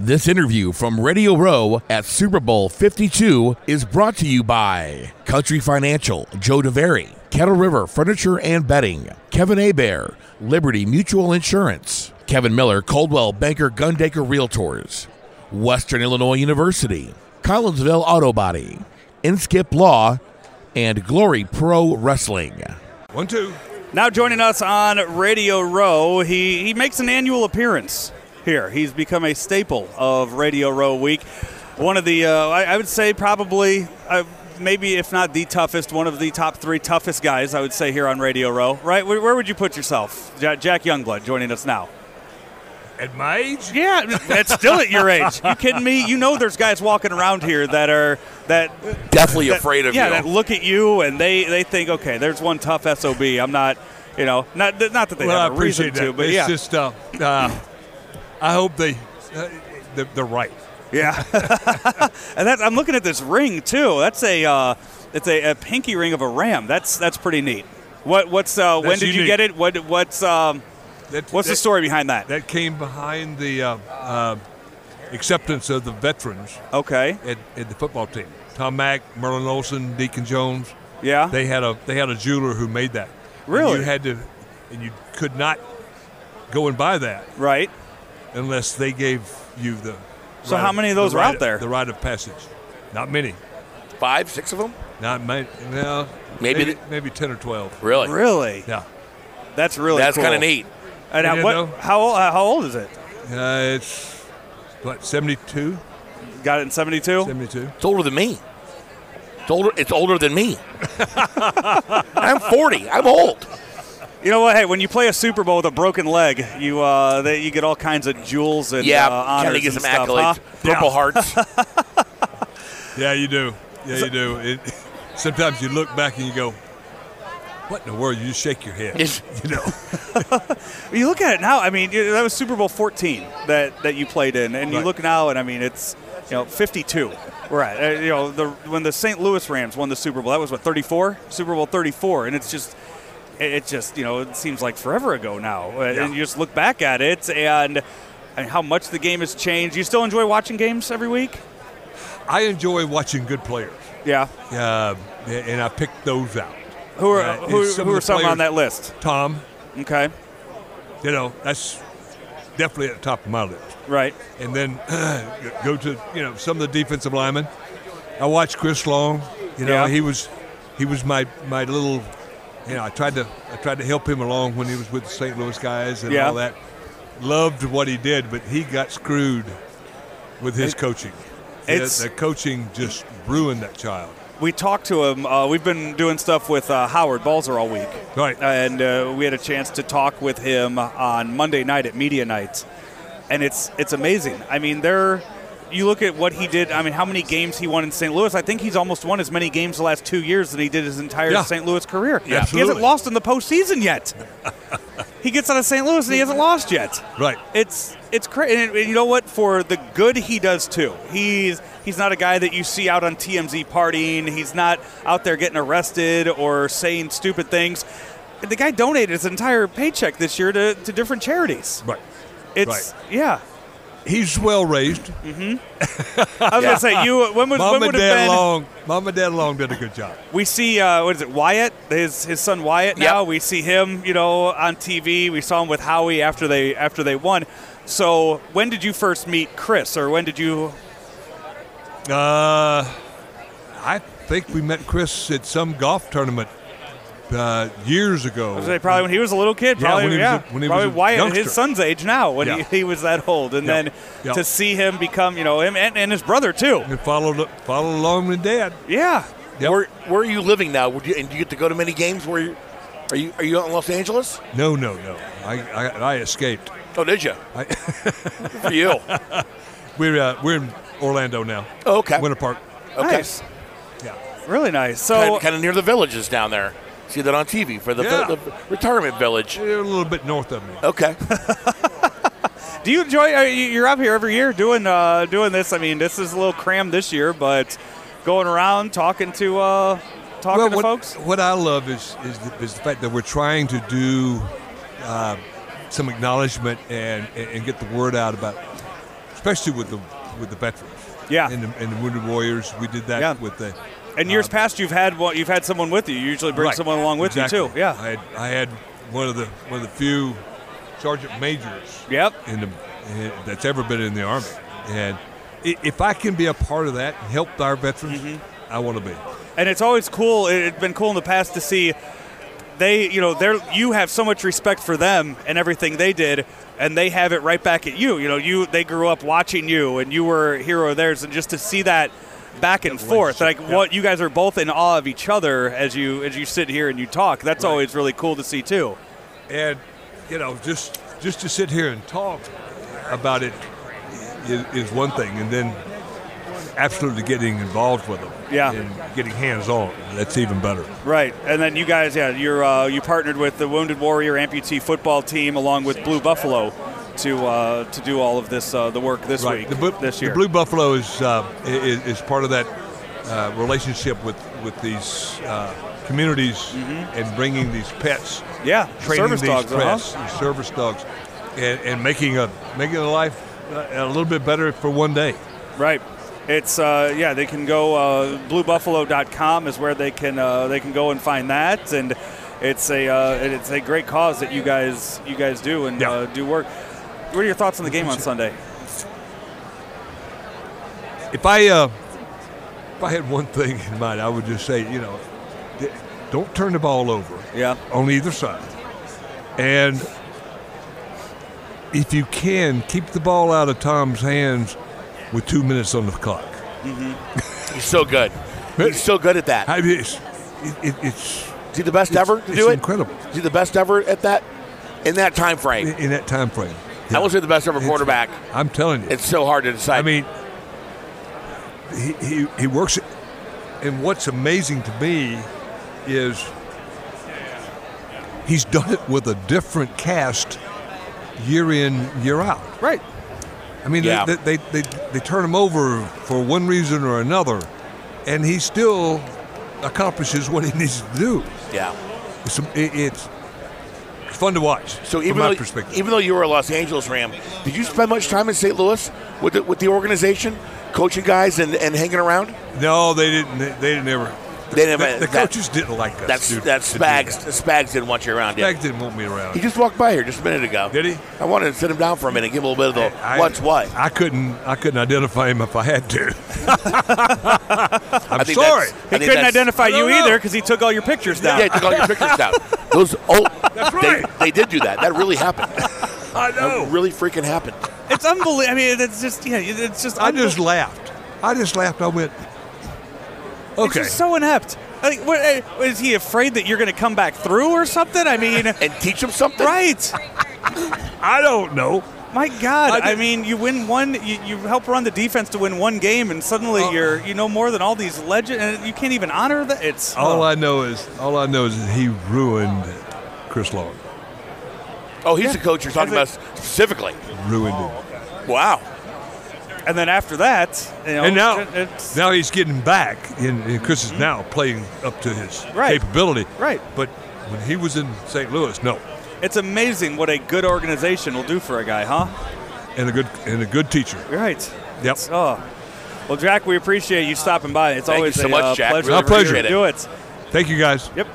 This interview from Radio Row at Super Bowl 52 is brought to you by Country Financial, Joe DeVere, Kettle River Furniture and Bedding, Kevin Abair, Liberty Mutual Insurance, Kevin Miller, Coldwell Banker Gundaker Realtors, Western Illinois University, Collinsville Auto Body, Inskip Law, and Glory Pro Wrestling. One, two. Now joining us on Radio Row, he, he makes an annual appearance here. He's become a staple of Radio Row Week. One of the, uh, I, I would say probably, uh, maybe if not the toughest, one of the top three toughest guys, I would say, here on Radio Row, right? Where, where would you put yourself? Ja- Jack Youngblood joining us now. At my age? Yeah, that's still at your age. You kidding me? You know there's guys walking around here that are that Definitely that- afraid of yeah, you. that look at you and they they think okay, there's one tough sob. I'm not, you know, not th- not that they Well, I have a reason appreciate that. to, but it's yeah, just, uh, uh, I hope they, uh, they're, they're right. yeah. and that's I'm looking at this ring too. That's a uh, it's a, a pinky ring of a ram. That's that's pretty neat. What what's uh, when That's did you unique. get it? What what's um, That, what's the that- story behind that? That came behind the uh, uh, acceptance of the veterans Okay, at, at the football team. Tom Mack, Merlin Olsen, Deacon Jones. yeah, They had a they had a jeweler who made that. And Really? you had to, and you could not go and buy that right. unless they gave you the. So right how of- many of those the were right out of- there? The rite of passage. Not many. Five, six of them? Not many. No. Maybe maybe, the- maybe ten or twelve. Really? Really? Yeah. That's really That's cool. kind of neat. And You uh, didn't what, know? how, old, uh, how old is it? Uh, it's what 72? Got it in 72? 72. It's older than me. It's older, it's older than me. I'm 40. I'm old. You know what? Hey, when you play a Super Bowl with a broken leg, you uh, they, you get all kinds of jewels and Yeah, uh, honors kind of get and some stuff, accolades. huh? Purple Hearts. Yeah, you do. Yeah, you do. It, sometimes you look back and you go, "What in the world?" You just shake your head. Yes. You know. You look at it now. I mean, you- that was Super Bowl 14 that, that you played in, and you Right. look now, and I mean, it's you know 52. We're at uh, you know the when the St. Louis Rams won the Super Bowl. That was what 34, Super Bowl 34, and it's just it, it just you know it seems like forever ago now. Uh, Yeah. And you just look back at it and. And how much the game has changed. You still enjoy watching games every week? I enjoy watching good players, Yeah. uh, and I pick those out. Who are Yeah, who, it's some who of are the some on players- that list? Tom, Okay. you know, that's definitely at the top of my list. Right. And then go to you know some of the defensive linemen. I watched Chris Long. You know, Yeah. he was he was my my little. You know, I tried to I tried to help him along when he was with the St. Louis guys and Yeah. all that. Loved what he did, but he got screwed with his coaching. The- it's- the coaching just ruined that child. We talked to him. Uh, we've been doing stuff with uh, Howard Balzer all week. Right. And uh, we had a chance to talk with him on Monday night at media night, and it's it's amazing. I mean, there. You look at what he did. I mean, how many games he won in St. Louis? I think he's almost won as many games the last two years than he did his entire Yeah. St. Louis career. Yeah. He hasn't Absolutely. lost in the postseason yet. he gets out of St. Louis and he hasn't lost yet. Right. It's it's crazy, and and you know what? For the good he does too. He's he's not a guy that you see out on TMZ partying. He's not out there getting arrested or saying stupid things. The guy donated his entire paycheck this year to, to different charities. Right. It's yeah. He's well raised. I was gonna say you. When would Mom when and would have Dad been? Long. Mom and Dad Long did a good job. We see uh, what is it? Wyatt, his his son Wyatt. Yep. Now we see him. You know, on TV. We saw him with Howie after they after they won. So when did you first meet Chris, or when did you? Uh, I think we met Chris at some golf tournament uh, years ago. I'd say probably when he was a little kid. Yeah, Probably, when he was yeah. a- when he was probably a Wyatt, youngster. his son's age now, when Yeah. he, he was that old, and Yeah. then Yeah. to see him become, you know, him and, and his brother too. And followed followed along with Dad. Yeah. Yep. Where Where are you living now? Would you, and do you get to go to many games? Where you, are you? Are you out in Los Angeles? No, no, no. I, I, I escaped. Oh, did you? I, Good For you? we're uh, we're in Orlando now. Oh, okay. Winter Park. Okay. Nice. Yeah. Really nice. So Kind, kind of near the villages down there. See that on TV for the, Yeah. the retirement village. They're a little bit north of me. Okay. Do you enjoy? uh, you- You're up here every year doing uh, doing this. I mean, this is a little crammed this year, but going around talking to uh, talking to what, folks. what I love is is the, is the fact that we're trying to do uh, some acknowledgement and, and and get the word out about especially with the with the veterans. Yeah. and the, and the wounded warriors. We did that Yeah. with the. And years uh, past, you've had one, you've had someone with you. You usually bring Right. someone along with you too. Exactly. Yeah. I had I had one of the one of the few sergeant majors Yep. in the in- that's ever been in the army, and i- if I can be a part of that and help our veterans, Mm-hmm. I want to be. and it's always cool. it- It's been cool in the past to see they, you know, they're you have so much respect for them and everything they did, and they have it right back at you. You know, you they grew up watching you, and you were a hero of theirs, and just to see that back and forth, like what you guys are both in awe of each other as you as you sit here and you talk. That's always really cool to see too. and you know just just to sit here and talk about it i- is, one thing and then absolutely getting involved with them Yeah. and getting hands on that's even better Right, and then you guys, yeah, you're uh, you partnered with the Wounded Warrior amputee football team along with Blue Buffalo to uh, to do all of this uh, the work this week the, bu- this the year. blue buffalo is uh, i- i- is, part of that uh, relationship with with these uh, communities and bringing these pets Yeah, training Mm-hmm. service these dogs. pets, Uh-huh. these service dogs and, and making a making a life uh, a little bit better for one day Right. It's uh, yeah. They can go uh, bluebuffalo.com is where they can uh, they can go and find that, and it's a uh, and it's a great cause that you guys you guys do and Yeah. uh, do work. What are your thoughts on the game on Sunday? If I uh, if I had one thing in mind, I would just say, you know, d- don't turn the ball over Yeah. on either side, and if you can, keep the ball out of Tom's hands with two minutes on the clock. He's so good. He's so good at that. I mean, it's it, it, it's Is he the best ever to it's do it? incredible Is he the best ever at that? In that time frame. in, in that time frame. I will say the best ever quarterback. I'm telling you, It's so hard to decide. I mean, he, he, he works. it- And what's amazing to me is he's done it with a different cast year in, year out. Right. I mean, Yeah. they, they, they, they, they turn him over for one reason or another, and he still accomplishes what he needs to do. yeah. It's, it- it's fun to watch So from even my though, perspective. even though you were a Los Angeles Ram, did you spend much time in St. Louis with the, with the organization, coaching guys and, and hanging around? no, they didn't. They, they didn't ever. They didn't the, have a- the that- coaches didn't like us. That's dude, that's to do that. Spags. Spags didn't want you around. Did Dag didn't want me around. he? he just walked by here just a minute ago. Did he? I wanted to sit him down for a minute, give him a little bit of the I- what's what. I couldn't. I couldn't identify him if I had to. I'm think sorry. that's- I He think couldn't that's- identify I you don't either know. 'cause either because he took all your pictures down. Yeah, he took all your pictures down. Those oh, right. Oh. they, they did do that. That really happened. I That know. really freaking happened. It's unbelievable. I mean, it's just yeah, it's just I just unbe- laughed. I just laughed. I went. it's Okay. just so inept. Like, what, eh, is he afraid that you're going to come back through or something? I mean, And teach them something. right. I don't know. My God! I I, did- mean, you win one, you, you help run the defense to win one game, and suddenly Oh. you're you know more than all these legends, and you can't even honor that. It's All oh. I know is all I know is that he ruined Chris Long. Oh, he's the coach you're talking I about specifically. Ruined Oh, him. Wow. and then after that, you know, And now, it- it's Mm-hmm. now he's getting back, and, and Chris is now playing up to his Right. capability. Right. But when he was in St. Louis, no. it's amazing what a good organization will do for a guy, huh? And a good and a good teacher. You're right. Yep. Oh, well, Jack, we appreciate you stopping by. It's Thank you always so a, much, uh, Jack. pleasure. Really to appreciate Do it. Thank you guys. Yep.